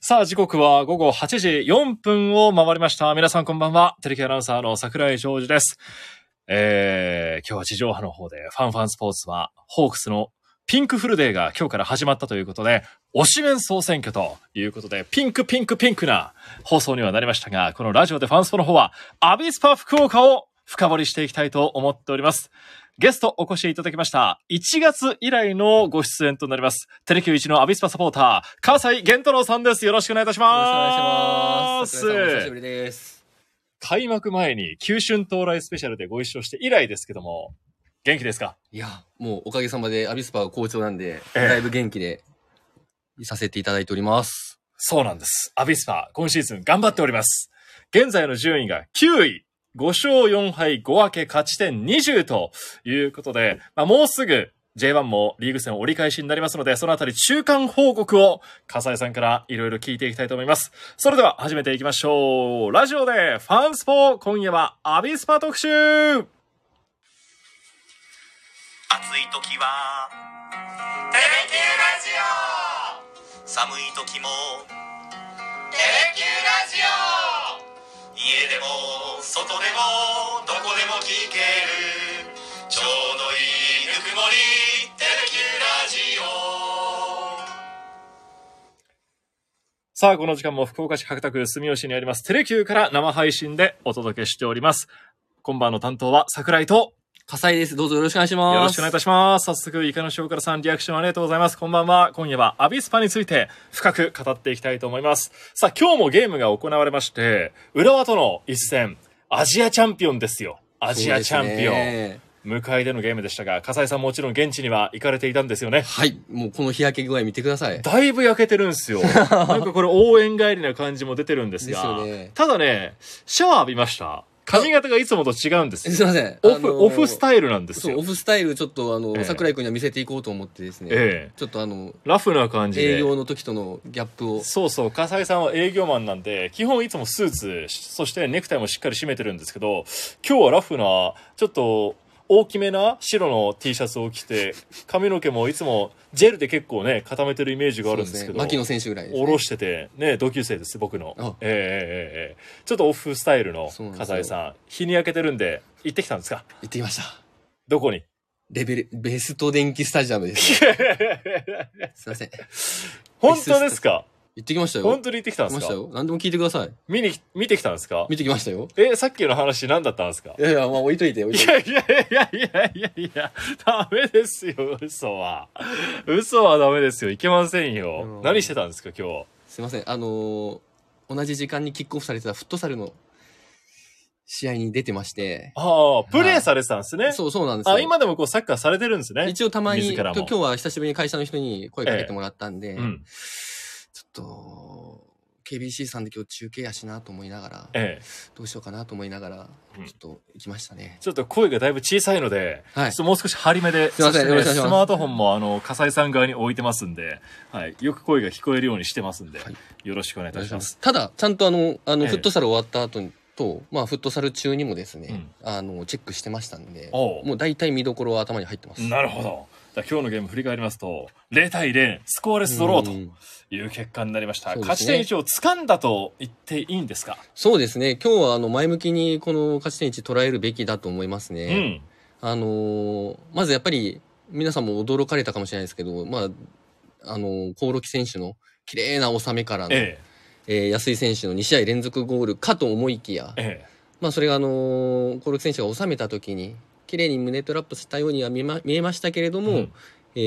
さあ、時刻は午後8時4分を回りました。皆さんこんばんは。テレビアナウンサーの桜井ジ二です。えー、今日は地上波の方でファンファンスポーツはホークスのピンクフルデーが今日から始まったということで、推しメン総選挙ということで、ピンクピンクピンクな放送にはなりましたが、このラジオでファンスポの方は、アビスパ福岡を深掘りしていきたいと思っております。ゲストお越しいただきました。1月以来のご出演となります。テレキュー1のアビスパサポーター、川西玄太郎さんです。よろしくお願いいたしよろしくお願ま。いしますす。お久しぶりです。開幕前に、旧春到来スペシャルでご一緒して以来ですけども、元気ですかいや、もうおかげさまでアビスパが好調なんで、ええだいぶ元気でいさせていただいております。そうなんです。アビスパ、今シーズン頑張っております。現在の順位が9位。5勝4敗5分け勝ち点20ということで、まあ、もうすぐ J1 もリーグ戦折り返しになりますので、そのあたり中間報告を笠井さんからいろいろ聞いていきたいと思います。それでは始めていきましょう。ラジオでファンスポ今夜はアビスパ特集暑い時は「テレキューラジオ」寒い時も「テレキューラジオ」家でも外でもどこでも聞けるちょうどいいぬくもり「テレキューラジオ」さあ、この時間も福岡市博多区住吉にありますテレキューから生配信でお届けしております。今晩の担当は桜井と火災です。どうぞよろしくお願いします。よろしくお願いいたします。早速、イカの塩辛さん、リアクションありがとうございます。こんばんは。今夜はアビスパについて深く語っていきたいと思います。さあ、今日もゲームが行われまして、浦和との一戦、アジアチャンピオンですよ。アジアチャンピオそうン。ですね迎えでのゲームでしたが、笠井さんもちろん現地には行かれていたんですよね。はい、もうこの日焼け具合見てください。だいぶ焼けてるんです よ。なんかこれ応援帰りな感じも出てるんですですが、よねただね、シャワー浴びました。髪型がいつもと違うんですすいよ。ません。オフ、あのーオフスタイルなんですそう、オよ。フスタイルちょっとあの、ええ桜井くんには見せていこうと思ってですね。ええちょっとあの、ラフな感じで。営業の時とのギャップを。そうそう、笠井さんは営業マンなんで、基本いつもスーツ、そしてネクタイもしっかり締めてるんですけど、今日はラフな、ちょっと、大きめな白の T シャツを着て、髪の毛もいつもジェルで結構ね、固めてるイメージがあるんですけど、そうね牧野選手ぐらいです、下ろしてて、ね、同級生です、僕の。えあえええええちょっとオフスタイルのそうなんですよ笠井さん、日に焼けてるんで、行ってきたんですか行ってきました。どこに レベル、ベスト電気スタジアムです。すいません。本当ですか行ってきましたよ。本当に行ってきたんで行きますしかたよ。何でも聞いてください。見に、見てきたんですか見てきましたよ。え、さっきの話何だったんですかいやいや、まあ置いといて、置いいといて。やいやいやいやいやいや、ダメですよ、嘘は。嘘はダメですよ、いけませんあよの。ー何してたんですか、今すいません、あのー同じ時間にキックオフされてたフットサルの試合に出てまして日。、ああ、プレーされてたんですね。そう、そうなんですよ。あ、今でもこうサッカーされてるんですね。一応たまに、自ら今も日は久しぶりに会社の人に声かけてもらったんで、うん。ちょっと、KBC さんで今日中継やしなと思いながら、ええ。どうしようかなと思いながら、ちうょんっと行きましたね。ちょっと声がだいぶ小さいので、はいちょっともう少し張り目で、すいまそせんしてよろしくお願いしスますマートフォンもあの、笠井さん側に置いてますんで、はい、よく声が聞こえるようにしてますんで、はいよろしくお願いいたします。ただ、ちゃんとあの、あの、ええフットサル終わった後に、と、まあ、フットサル中にもですね、うんあの、チェックしてましたんで、おうもう大体見どころは頭に入ってます。なるほど。だから今日のゲーム振り返りますと、0対0、スコアレスドローと。うんいう結果になりました。そうですね勝ち点1を掴んだと言っていいんですか、そうですね。今日はあの前向きにこの勝ち点1捉えるべきだと思いますね。あのーまずやっぱり皆さんも驚かれたかもしれないですけど、まあ、あのー、興梠選手の綺麗な収めからうん。の、ええー安井選手の2試合連続ゴールかと思いきやえ、、えまあそれがあのー、興梠選手が収めた時に、綺麗に胸トラップしたようには見えま見えましたけれどえ。も、うんえ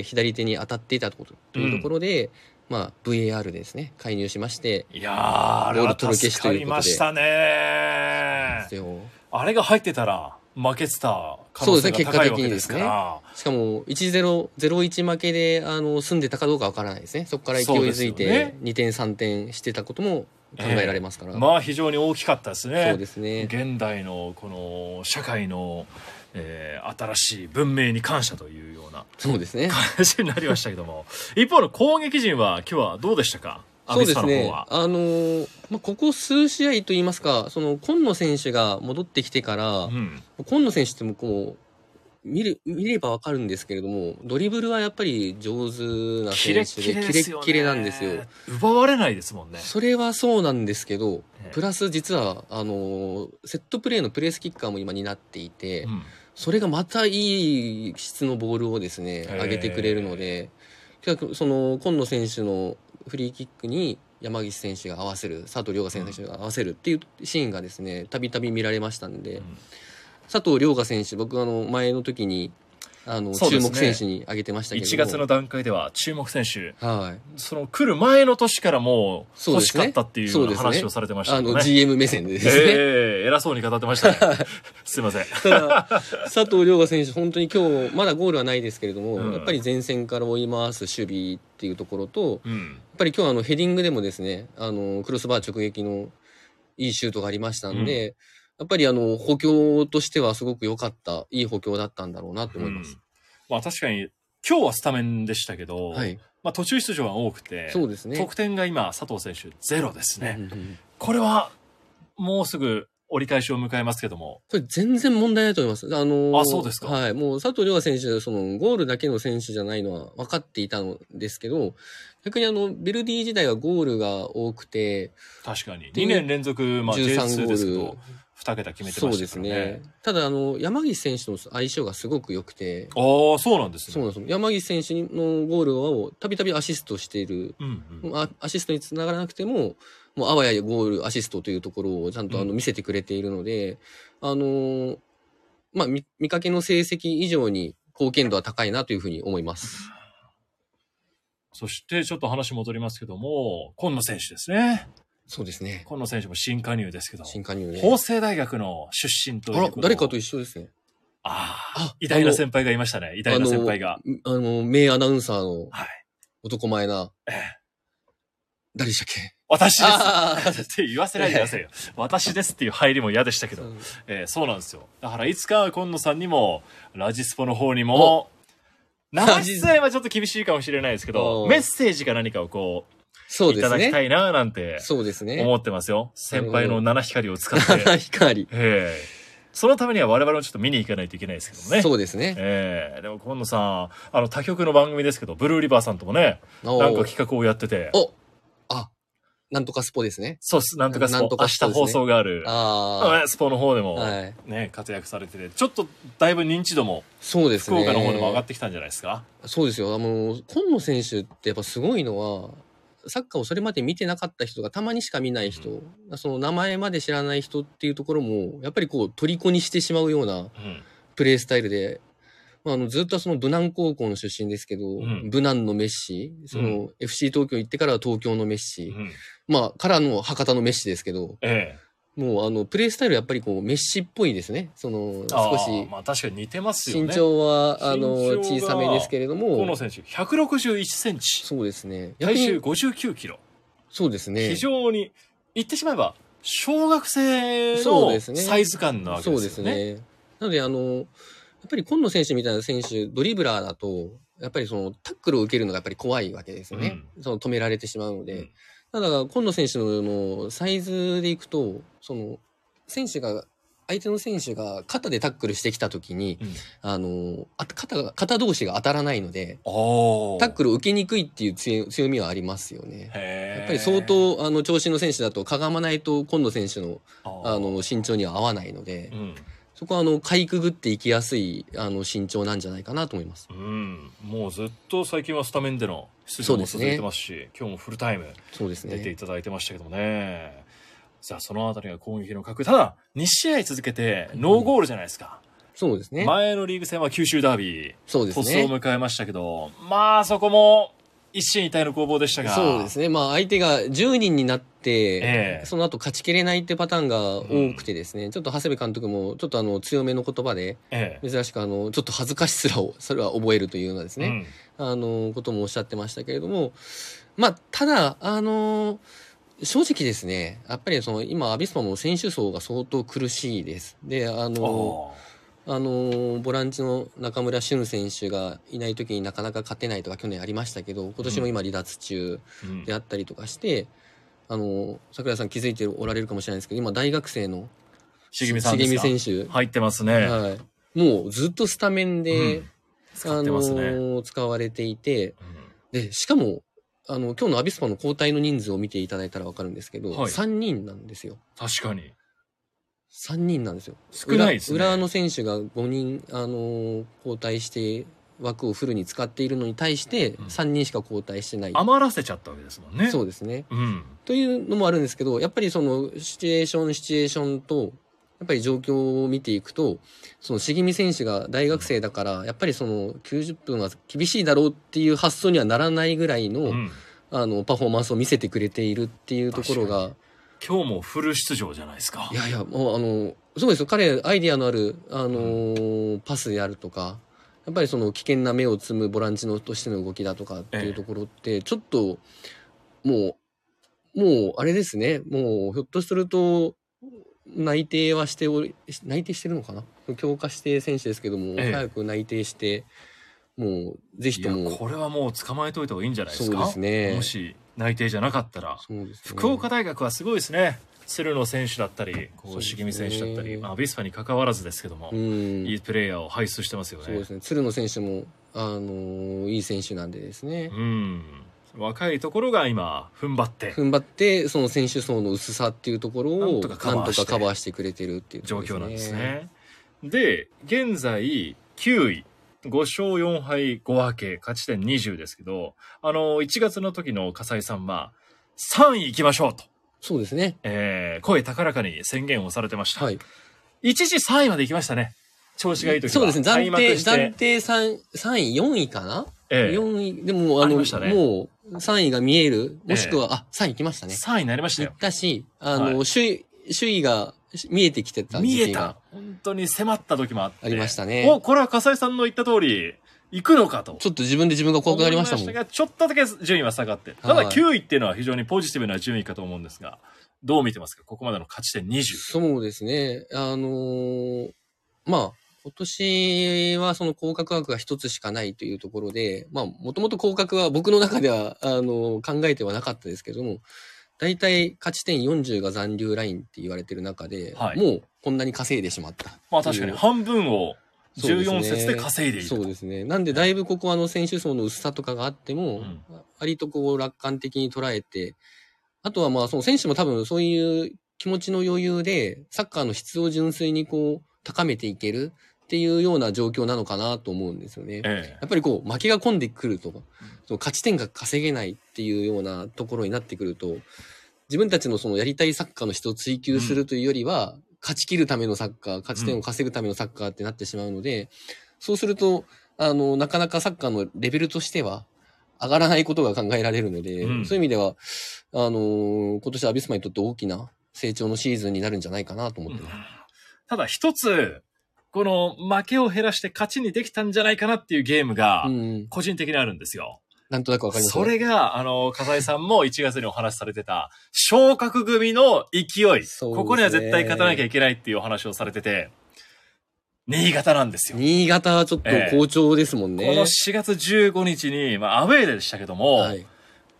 ー左手に当たっていたとことというところで、まあ VAR ですね、介入しまして、いやー、あれボーはル取り消し助かといりうことまでしたねで。すよあれが入ってたら、負けてた可能性が高いわけですから。しかも1-0、0-1負けで、あの、済んでたかどうかわからないですね。そこから勢いづいそうですよてね、 2点3点してたことも考えられますから。まあ非常に大きかったですね。そうですね。現代のこの社会の、えー新しい文明に感謝というような そうですね。話になりましたけども。一方の攻撃陣は今日はどうでしたかアそうビでスパすの方ね。は。あのーまあ、ここ数試合といいますか、その、今野選手が戻ってきてから、うん。今野選手ってもうこう、見る、見ればわかるんですけれども、ドリブルはやっぱり上手なキレッ選手キで、レでキレすよッねキレなんですよ。奪われないですもんねそれはそうなんですけどええ、プラス実は、あの、セットプレーのプレースキッカーも今担っていてう、んそれがまたいい質のボールをですね、え上げてくれるので、結局その、今野選手のフリーキックに山岸選手が合わせる、佐藤涼河選手が合わせるっていうシーンがですね、たびたび見られましたんで、佐藤涼河選手、僕あの、前の時に、あの、そうで注すね目選手に挙げてましたけども1月の段階では注目選手はい。その来る前の年からもうそう欲でしすかねったっていうよそううなですね話をされてましたよあねの、GM 目線でですね。ええ偉そうに語ってました ねすいませんただ、佐藤涼河選手、本当に今日、まだゴールはないですけれども、うんやっぱり前線から追い回す守備っていうところと、やっうんぱり今日あのヘディングでもですね、あの、クロスバー直撃のいいシュートがありましたんで、やっぱりあの、補強としてはすごく良かった、いい補強だったんだろうなと思いまうすん。まあ確かに今日はスタメンでしたけど、はい。まあ、途中出場が多くてそうですね。得点が今佐藤選手ゼロですね、うんうんこれはもうすぐ折り返しを迎えますけどもこれ全然問題ないと思います。あのーあそうですかはい。もう佐藤涼河選手、そのゴールだけの選手じゃないのは分かっていたんですけど、逆にあの、ベルディ時代はゴールが多くて、確かにで2年連続、まあ、 13 J2 ゴですけどール。 2桁決めてそまうしでたかすらね。ねただ、あの、山岸選手との相性がすごく良くて、ああそうなんですねそうなんですよ。山岸選手のゴールをたびたびアシストしている。うんうんあアシストにつながらなくても、もうあわやゴールアシストというところをちゃんとあうの見せてくれているので、あのーまあ見、見かけの成績以上に貢献度は高いなというふうに思います。そしてちょっと話戻りますけども今野選手ですねそうですね。今野選手も新加入ですけど新加入で。法政大学の出身とあいうらこ、と誰かと一緒ですね。あああ偉大な先輩がいましたね偉大な先輩があの、名アナウンサーのはい男前な、ええ誰でしたっけ私ですああって言わせないでくだ さいよ。私ですっていう入りも嫌でしたけど。えーそうなんですよ。だからいつか今野さんにも、ラジスポの方にも、生出演はちょっと厳しいかもしれないですけど、おメッセージか何かをこ、そうういでたすだきたね。いななんてそうですね。思ってますよ。先輩の七光を使って。 光。えーそのためには我々もちょっと見に行かないといけないですけどもね。そうですね。えーでも今野さん、あの他局の番組ですけど、ブルーリバーさんともね、おなんか企画をやってて、おあ、なんとかスポですね。そうっす、なんとかスポなんとかスポ明です日ね放送がある、あねスポの方でも、あ。はい。ね、活躍されてて、ちょっとだいぶ認知度も、そうです福ね。岡の方でも上がってきたんじゃないですか。そうですよ。あの、今野選手ってやっぱすごいのは、サッカーをそれまで見てなかった人がたまにしか見ない人、その名前まで知らない人っていうところも、やっぱりこう、虜にしてしまうようなうんプレースタイルで、まあ、あのずっとその武南高校の出身ですけど、ん武南のメッシ、その、FC 東京行ってからは東京のメッシ、うんまあ、からの博多のメッシですけど、ええ、もうあのプレースタイルやっぱりこうメッシっぽいですね。そのあ少ーしまあ確かに似てますよ身ね。長はあの身小長がさめですけれど河野も、選手、161センチ、そうですね。体重逆に59キロ、そうですね非。常に、言ってしまえば、小学生そうのですねサイズ感なわけそうでですすよね。ね。なのであのやっぱり今野選手みたいな選手ドリブラーだとやっぱりそのタックルを受けるのがやっぱり怖いわけですよね。その止められてしまうので。うんただ今野選手ののサイズでいくとその選手が相手の選手が肩でタックルしてきたときに、うんあのあ肩が肩同士が当たらないので。おータックルを受けにくいっていう強い強みはありますよね。へーやっぱり相当あの調子の選手だとかがまないと今野選手のああーの身長には合わないので、うんそこはあのかいくぐっていきやすいあの身長なんじゃないかなと思います。うん、もうずっと最近はスタメンでの出場も続いてますし今日もフルタイムそうです出ていね。ただいてましたけどもね。じゃあそのあたりが攻撃の核。ただ、2試合続けてノーゴールじゃないですか。そうですね。前のリーグ戦は九州ダービー、そうです鳥ね栖を。迎えましたけど、まあそこも一進一退の攻防でしたが。そうですね。まあ相手が10人になって、ええその後勝ちきれないってパターンが多くてですね、ちょっと長谷部監督もちょっとあの強めの言葉で、ええ。珍しくあの、ちょっと恥ずかしすらを、それは覚えるというようなですね、あの、こともおっしゃってましたけれども、まあただ、あの、正直ですね、やっぱりその今、アビスパも選手層が相当苦しいです。で、あうん。の、おあのーボランチの中村俊選手がいない時になかなか勝てないとか去年ありましたけど今年も今離脱中ーうんであったりとかして、あのー桜井さん気づいておられるかもしれないですけど今大学生のしげみさんですか重見選手、入ってますね。はい、もうずっとスタメンで、うん使ってますね。あのー使われていて、うんで、しかも、あの、今日のアビスパの交代の人数を見ていただいたらわかるんですけど、はい3人なんですよ。確かに。 3人なんですよ。少ないですね。裏裏の選手が5人、あのー交代して、枠をフルに使っているのに対して、うん3人しか交代してない。余らせちゃったわけですもんね。そうう。ですね。うん。というのもあるんですけど、やっぱりそのシチュエーション、シチュエーションと、やっぱり状況を見ていくと、その茂み選手が大学生だから、やっぱりその90分は厳しいだろうっていう発想にはならないぐらいの、うんあの、パフォーマンスを見せてくれているっていうところが、今日もフル出場じゃないですかい。やいや、もうあの、すごいですよ。彼、アイディアのある、あのーパスであるとか、やっぱりその危険な目をつむボランチのとしての動きだとかっていうところって、ちょっと、もう、もう、あれですね。もう、ひょっとすると、内定はしており、し内定してるのかな強化指定選手ですけども、ええ早く内定して、もう、ぜひいとや、も、これはもう捕まえといた方がいいんじゃないですそうか。ですねも。し内定じゃなかったら。そうですね福岡大学はすごいですね。鶴野選手だったり、こそうう、ですね茂み選手だったり、まあ、アビスパに関わらずですけども、うんいいプレイヤーを輩出してますよね。そうですね。鶴野選手も、あのーいい選手なんでですね。うん。若いところが今、踏ん張 って、踏ん張って、その選手層の薄さっていうところを、ななんんととかかカバーしてカバーしてくれてるっていうと状ころ況なんです。ね。で、現在、9位。5勝4敗5分け、勝ち点20ですけど、あの、1月の時の笠井さんは、3位行きましょうと、そうですね。えー、声高らかに宣言をされてました。はい。一時3位まで行きましたね。調子がいい時は。そうですね。開暫幕定、して暫定3、3位、4位かな、ええ ?4 位、でも、あありの、ましたねもう、3位が見える。もしくは、あ、3位来ましたね。 3位になりました行よっ。たし、あの、は首位、首位が見えてきてた見時え期がた。本当に迫った時もあって。ありましたね。お、これは笠井さんの言った通り、行くのかと。ちょっと自分で自分が怖くなりましたもん。思いがちょっとだけ順位は下がって。ただはい9位っていうのは非常にポジティブな順位かと思うんですが、どう見てますかここまでの勝ち点20。そうですね。あのーまあ、今年はその降格枠が一つしかないというところで、まあ、もともと降格は僕の中では、あのー考えてはなかったですけども、大体勝ち点40が残留ラインって言われてる中で、はいもうこんなに稼いでしまった。まあ確かに半分をそうですね14節で稼いでいると。そうですね。なんで、だいぶここはあの選手層の薄さとかがあっても、うん割とこう楽観的に捉えて、あとはまあ、その選手も多分そういう気持ちの余裕で、サッカーの質を純粋にこう、高めていけるっていうような状況なのかなと思うんですよね。やええっぱりこう、負けが込んでくるとか、その勝ち点が稼げないっていうようなところになってくると、自分たちのそのやりたいサッカーの質を追求するというよりは、勝ち切るためのサッカー、勝ち点を稼ぐためのサッカーってなってしまうので、そうすると、あの、なかなかサッカーのレベルとしては、上がらないことが考えられるので、うんそういう意味では、あの今年アビスマにとって大きな成長のシーズンになるんじゃないかなと思ってます。ただ一つ、この負けを減らして勝ちにできたんじゃないかなっていうゲームがう、ん。個人的にあるんですよ。なんとなくわかります。それが、あの、笠井さんも1月にお話しされてた、昇格組の勢い、そうですねここには絶対勝たなきゃいけないっていうお話をされてて、新潟なんですよ。新潟はちょっと好調ですもんね。この4月15日に、まあ、アウェーでしたけども、はい。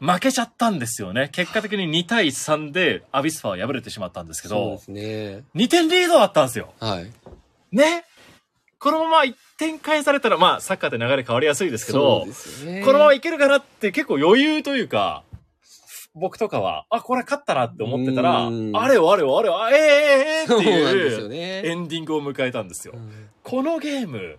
負けちゃったんですよね。結果的に2対3でアビスパは敗れてしまったんですけそうでど、すね。 2点リードだったんですよ。はい。ねこのまま1点返されたら、まあ、サッカーって流れ変わりやすいですけど、そうですよねこのままいけるかなって結構余裕というか、僕とかは、あ、これ勝ったなって思ってたら、あうーんれよあれよあれよ、あええええええってそうなんですいようね。エンディングを迎えたんですよう。んこのゲーム、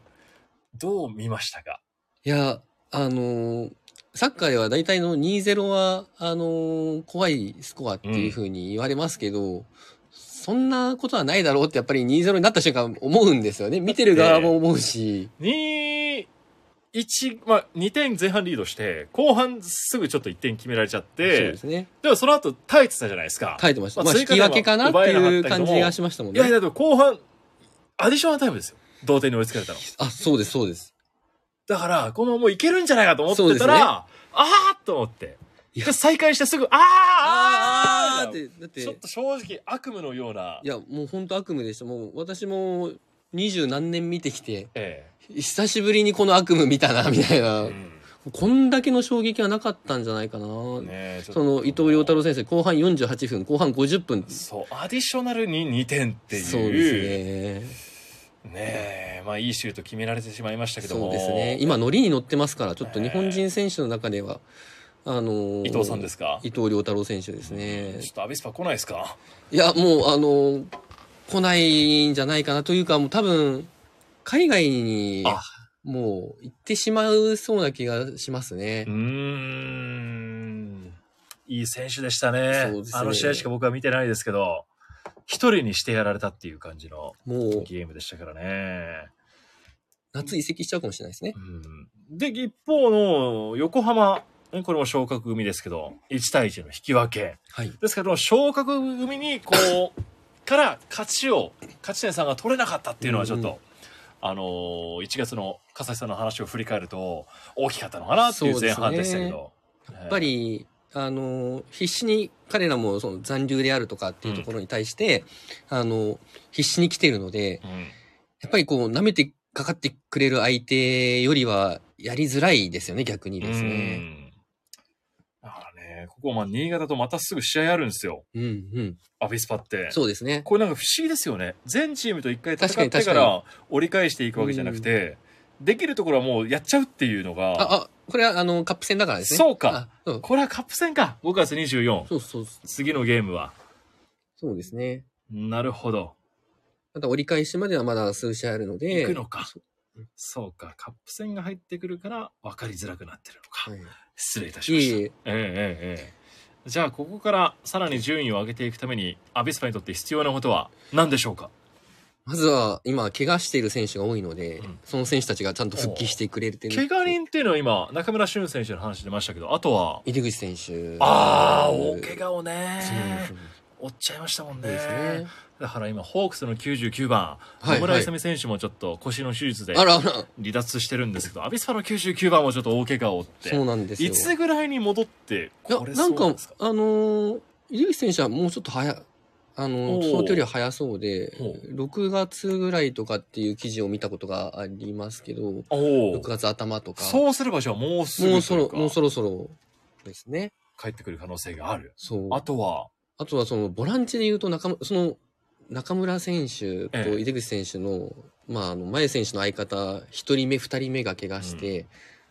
どう見ましたかいや、あのーサッカーでは大体の2-0は、あのー怖いスコアっていうふうに言われますけど、そんなことはないだろうってやっぱり2-0になった瞬間思うんですよね。見てる側も思うし。 ?2、1、まあ、2点前半リードして、後半すぐちょっと1点決められちゃっそうて、でですね。もその後耐えてたじゃないですか。書いてました。ままああ、追引加点はき分けかなっていう感じがしましたもんいやいね。や、でも後半、アディションはタイムですよ。同点に追いつかれたの。あ、そうです、そうです。だから、このままもういけるんじゃないかと思っそうてでたすら、ねああと思って。いやで再開してすぐ、あーあーあーーって、だって、ちょっと正直悪夢のような。いや、もう本当悪夢でした。もう私も二十何年見てきて、え久しぶりにこの悪夢見たな、みたいえな。うんこんだけの衝撃はなかったんじゃないかな。ねえちょっとその伊藤洋太郎先生、後半48分、後半50分。そう、アディショナルに2点っていう。そうですね。ねえ、まあいいシュート決められてしまいましたけどそも。うですね。今、ノリに乗ってますから、ちょっと日本人選手の中では、あのー伊藤さんですか伊藤良太郎選手ですねちょ。っとアビスパ来ないですかいや、もう、あのー来ないんじゃないかなというか、もう多分、海外にあ、もう行ってしまうそうな気がしますねうー。ん。いい選手でしたね。そうですねあの試合しか僕は見てないですけど、一人にしてやられたっていう感じのもう、ゲームでしたからね。夏移籍しちゃうかもしれないですね。うん、で、一方の横浜、ねこれも昇格組ですけど、1対1の引き分け。はい。ですけど、昇格組に、こう、 から勝ちを、勝ち点さんが取れなかったっていうのはちょっと、うんあのー、1月の笠井さんの話を振り返ると、大きかったのかなっていう前半でしたけど。やっぱり、あの、必死に彼らもその残留であるとかっていうところに対して、あの、必死に来ているので、えー、うんやっぱりこう、舐めてかかってくれる相手よりは、やりづらいですよね、逆にですね。うんだからね、ここまあ新潟とまたすぐ試合あるんですよ。うん、うん。アビスパって。そうですね。これなんか不思議ですよね。全チームと一回戦って確かかに確から折り返していくわけじゃなくて、できるところはもうやっちゃうっていうのあ、が、あ、これはあの、カップ戦だからですね。そうかあ。そうこれはカップ戦か。5月24。そうそうそう。次のゲームは。そうですね。なるほど。また折り返しまではまだ数試合あるので。行くのか。そうか。カップ戦が入ってくるから分かりづらくなってるのか。はい。失礼いたしいまえした。いええ。えええええじゃあ、ここからさらに順位を上げていくために、アビスパにとって必要なことは何でしょうかまずは、今、怪我している選手が多いので、うんその選手たちがちゃんと復帰してくれるっていう怪我人っていうのは今、中村俊選手の話出ましたけど、あとは、入口選手。ああ、大怪が我をねそうですね追っちゃいましたもんそうですねね。。だから今、ホークスの99番、はい野村勇選手もちょっと腰の手術であ離らあら、脱してるんですけど、アビスパの99番もちょっと大怪我を負って、そうなんですよ。いつぐらいに戻って、いや、これなそんうなかんですか、あのー、入口選手はもうちょっと早、あのおー、ーその距離は早そうでほ、 6月ぐらいとかっていう記事を見たことがありますけど、お6お。月頭とか、そうすればじゃあもうすぐもうとそいろ、うかもうそろそろですね。帰ってくる可能性がある。そう。あとは、あとはそのボランチで言うと中村、その中村選手と井出口選手の、まあ、あの、前選手の相方、一人目、二人目が怪我して、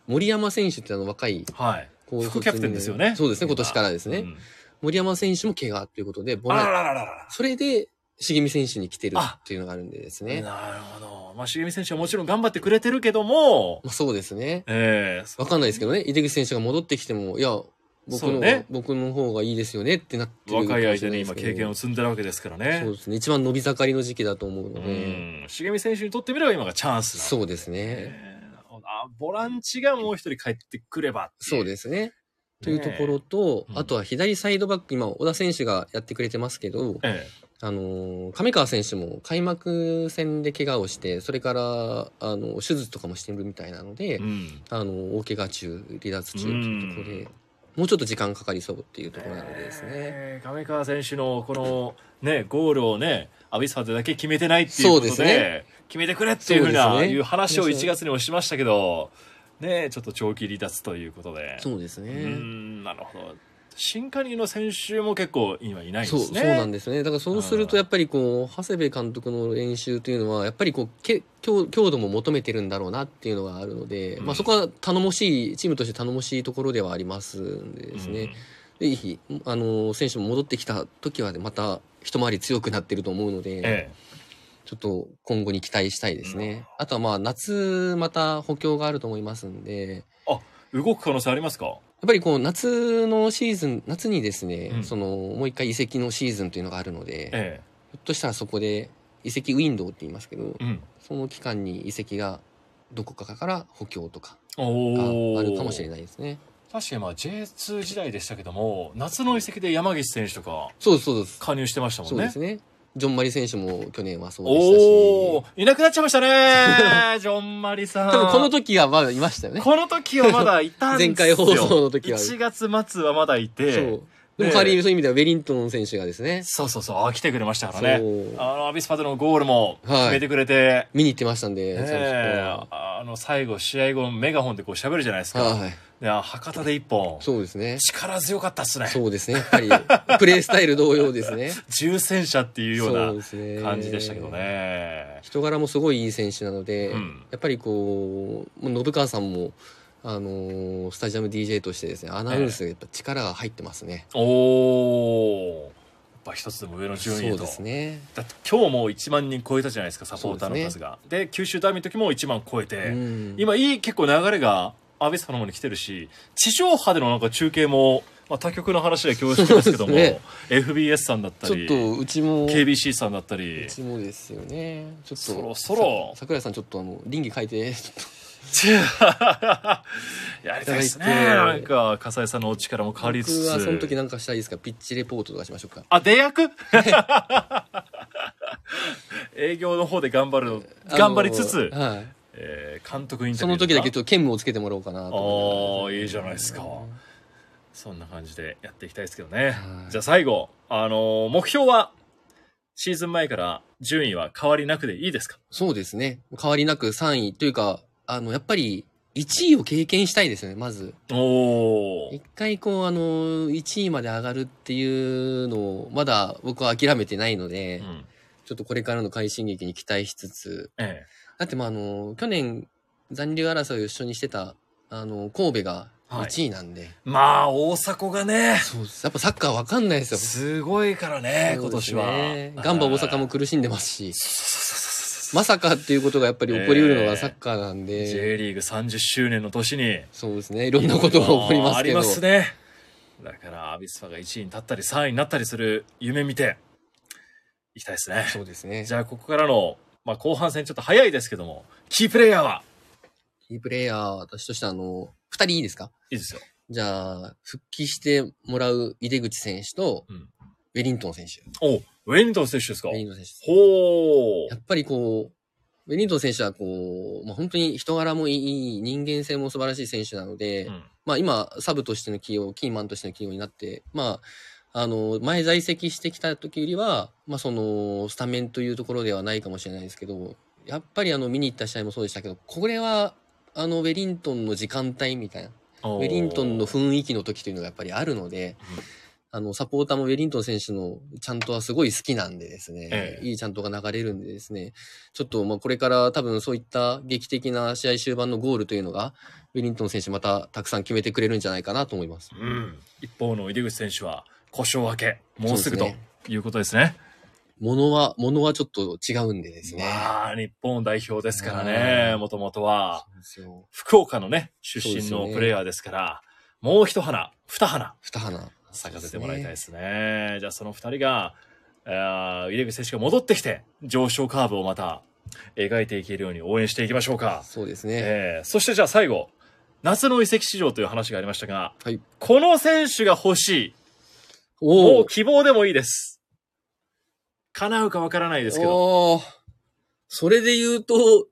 森山選手ってあの若い、はい。こう副キャプテンですよねそうですね、今今年からですね。うん森山選手も怪我ということで、ボあらランららららそれで、茂美選手に来てるっていうのがあるんでですね。まなるほど。まあ、茂美選手はもちろん頑張ってくれてるけども、あ、そうですね。ええわかんないですけどね、井出口選手が戻ってきても、いや、僕そうの、ね僕の方がいいですよねってなってる若い相手にに今経験を積んでるわけですからね。そうですね。一番伸び盛りの時期だと思ううので。ん。茂美選手にとってみれば今がチャンスそううですね。あボランチがもう一人帰ってくればそうす。ですね。といねうところと、うんあとは左サイドバック、今、小田選手がやってくれてますけど、えあのー、亀川選手も開幕戦で怪我をして、それから、あの、手術とかもしてるみたいなので、え。うん。あの、大怪我中、離脱中というところで、うんもうちょっと時間かかりそうっていうところなのでですね。ええ上川選手のこのね、ゴールをね、アビスパでだけ決めてないっていうことで、そうですね決めてくれっていうふうな、そうですねいう話を1月にもしましたけど、ねえ、ちょっと長期離脱ということで。そうですうね。ん、なるほど。新加入の選手も結構今いないんですそう、ね。そうなんですね。だからそうすうるんと、やっぱりこう、長谷部監督の練習というのは、やっぱりこう、け強強度も求めてるんだろうなっていうのがあるので、うんまあそこは頼もしい、チームとして頼もしいところではありますんでですね。ぜひ、あの、選手も戻ってきた時はね、また一回り強くなってると思うので、うん。ええ。ちょっと今後に期待したいですね。あとはまあ夏また補強があると思いますんで、やっ動く可能性ありますかぱりこう夏のシーズン、夏にですね、うんそのもう一回移籍のシーズンというのがあるので、ひょえっとしたらそこで移籍ウィンドウって言いますけどえ。、うん。その期間に移籍がどこかから補強とかおがお。あるかもしれい。ないですね。確かにまあ J2 時代でしたけども、夏の移籍で山岸選手とかそうです、そうです。加入してましたもんそうね。ですね。ジョンマリ選手も去年はそうでしたし、おお、いなくなっちゃいました ね。ジョンマリさん。多分この時はまだいましたよね。この時はまだいたんですよ。前回放送の時は1月末はまだいそう。て。でも代わりにそういう意味ではウェリントン選手がですね、そうそうそうあ来てくれましたかそうらね。あの、アビスパでのゴールも決めてくれて。見に行ってましたんで、ねその人えはあの、最後、試合後、メガホンでこう喋るじゃないですか。はい。いや、博多で一本。そうですね。力強かったっすね。そうですね。やっぱり、プレイスタイル同様ですね。重戦車っていうようそうですねな感じでしたけど。ね。人柄もすごいいい選手なので、うんやっぱりこう、もう信川さんも、あのースタジアム DJ としてですね、アナウンスがやっぱ力が入ってますね。おー。やっぱ一つでも上の順位へそうと。ですね。だって今日も1万人超えたじゃないですか、サポーターのそうで数すが。で九州ダービーの時も1万超えて。うん今いい結構流れが安倍さんの方に来てるし地上波でのなんか中継も、まあ、他局の話で恐縮ですけども、そうですね FBS さんだったちょりっとうちも、 KBC さんだったりうちもですよね。ちょっと、そろそろさ桜井さんちょっとあの、倫理変えて、ちょっとちゅ やりたいですねいただいなてんか笠井さんのお力も変わりつつ僕はその時なんかしたいですかピッチレポートとかしましょうかあ出役 営業の方で頑張る頑張りつつ、あのはい、えー監督インタそビュのーとか時だけちょっと兼務をつけてもらおうかなとお思ーいいじゃないですかそんな感じでやっていきたいですけどね。はいじゃあ最後、あのー目標は、シーズン前から順位は変わりなくでいいですかそうですね変わりなく3位というかあのやっぱり1位を経験したいですよねまずおー一回こうあの1位まで上がるっていうのをまだ僕は諦めてないので、うん。ちょっとこれからの快進撃に期待しつつえだってまああの去年残留争いを一緒にしてたあの神戸が1位なんで、え。まあ、大迫がね、そうですやっぱサッカーわかんないですよすごいからね、そ今うです年ねは。ガンバ大阪も苦しんでますし、まさかっていうことがやっぱり起こりうるのがサッカーなんえーで、 J リーグ30周年の年に、そうですね、いろんなことが起こりますあけりど、ますね。だから、アビスパが1位に立ったり、3位になったりする夢見て、いきたいですね。そうですねじ、ゃあ、ここからの、まあ、後半戦ちょっと早いですけども、キープレイヤーはキープレイヤー、私としてはあの、二人いいですかいいですよ。じゃあ、復帰してもらう井出口選手とうん、ウェリントン選手。おウェリントン選手ですかウェリントン選手ですほやっぱりこう、ウェリントン選手はこう、まあ、本当に人柄もいい、人間性も素晴らしい選手なので、う。うんまあ今、サブとしての起用、キーマンとしての起用になって、まあ、あの、前在籍してきた時よりは、まあその、スタメンというところではないかもしれないですけど、やっぱりあの、見に行った試合もそうでしたけど、これは、あの、ウェリントンの時間帯みたいな、ウウェリントンの雰囲気の時というのがやっぱりあるのでうん、あの、サポーターもウェリントン選手のちゃんとはすごい好きなんでですね、ええいいちゃんとが流れるんでですね、ちょっとまあこれから多分そういった劇的な試合終盤のゴールというのが、ウェリントン選手またたくさん決めてくれるんじゃないかなと思います。うん。一方の井出口選手は、故障明け、もうすぐそとうですねいうことですね。ものは、ものはちょっと違うんでですね。まあ、日本代表ですからね、うんもともとはそ。うですよ福岡のね、出そうで身すのよねプレイヤーですから、もう一花、二花、二花。咲かせてもらいたいですね。じゃあ、その二人が、あー井出口選手が戻ってきて、上昇カーブをまた描いていけるように応援していきましょうか。そうですね。えーそしてじゃあ最後夏の移籍市場という話がありましたがはい。この選手が欲しいおもうー希望でもいいです叶うかわからないですけどおーそれで言うと、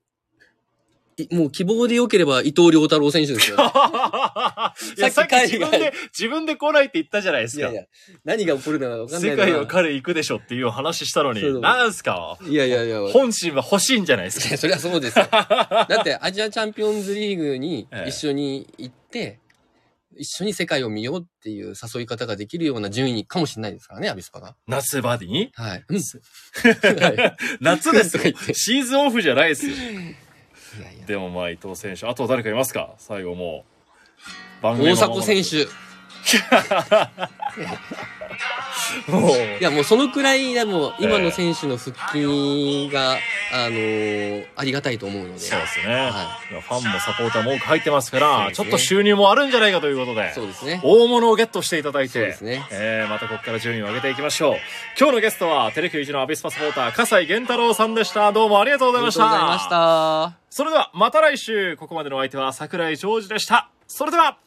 いもう希望で良ければ伊藤良太郎選手です よ。いやささっっきき自海外分で自分で来ないって言ったじゃないですいかやいや、何が起こるのか分かんない世な界は彼行くでしょっていう話したのそうそにうなんすかいやいやいや、い本心は欲しいんじゃないですかやそりゃそうです よ。だってアジアチャンピオンズリーグにええ一緒に行って、一緒に世界を見ようっていう誘い方ができるような順位かもしれないですからね、アビスパが。夏バディにはい。うん。 すはい 夏ですよとか言ってシーズンオフじゃないですよいやいやでもまあ伊藤選手あと誰かいますか最後もう番組大も間も迫なく選手。もういや、もうそのくらい、もう今の選手の復帰が、あのーありがたいと思うので。そうですね、はファンもサポーターも多く入ってますから、そうでちすょっねと収入もあるんじゃないかということでそうですね。大物をゲットしていただいそうでてす、ね。えーまたここから順位を上げていきましょう今日のゲストはテレビ一のアビスパサポーター笠井源太郎さんでしたどうもありがとうごあざいまりがしとうございまたした。それではまた来週ここまでのお相手は桜井ジョージでしたそれでは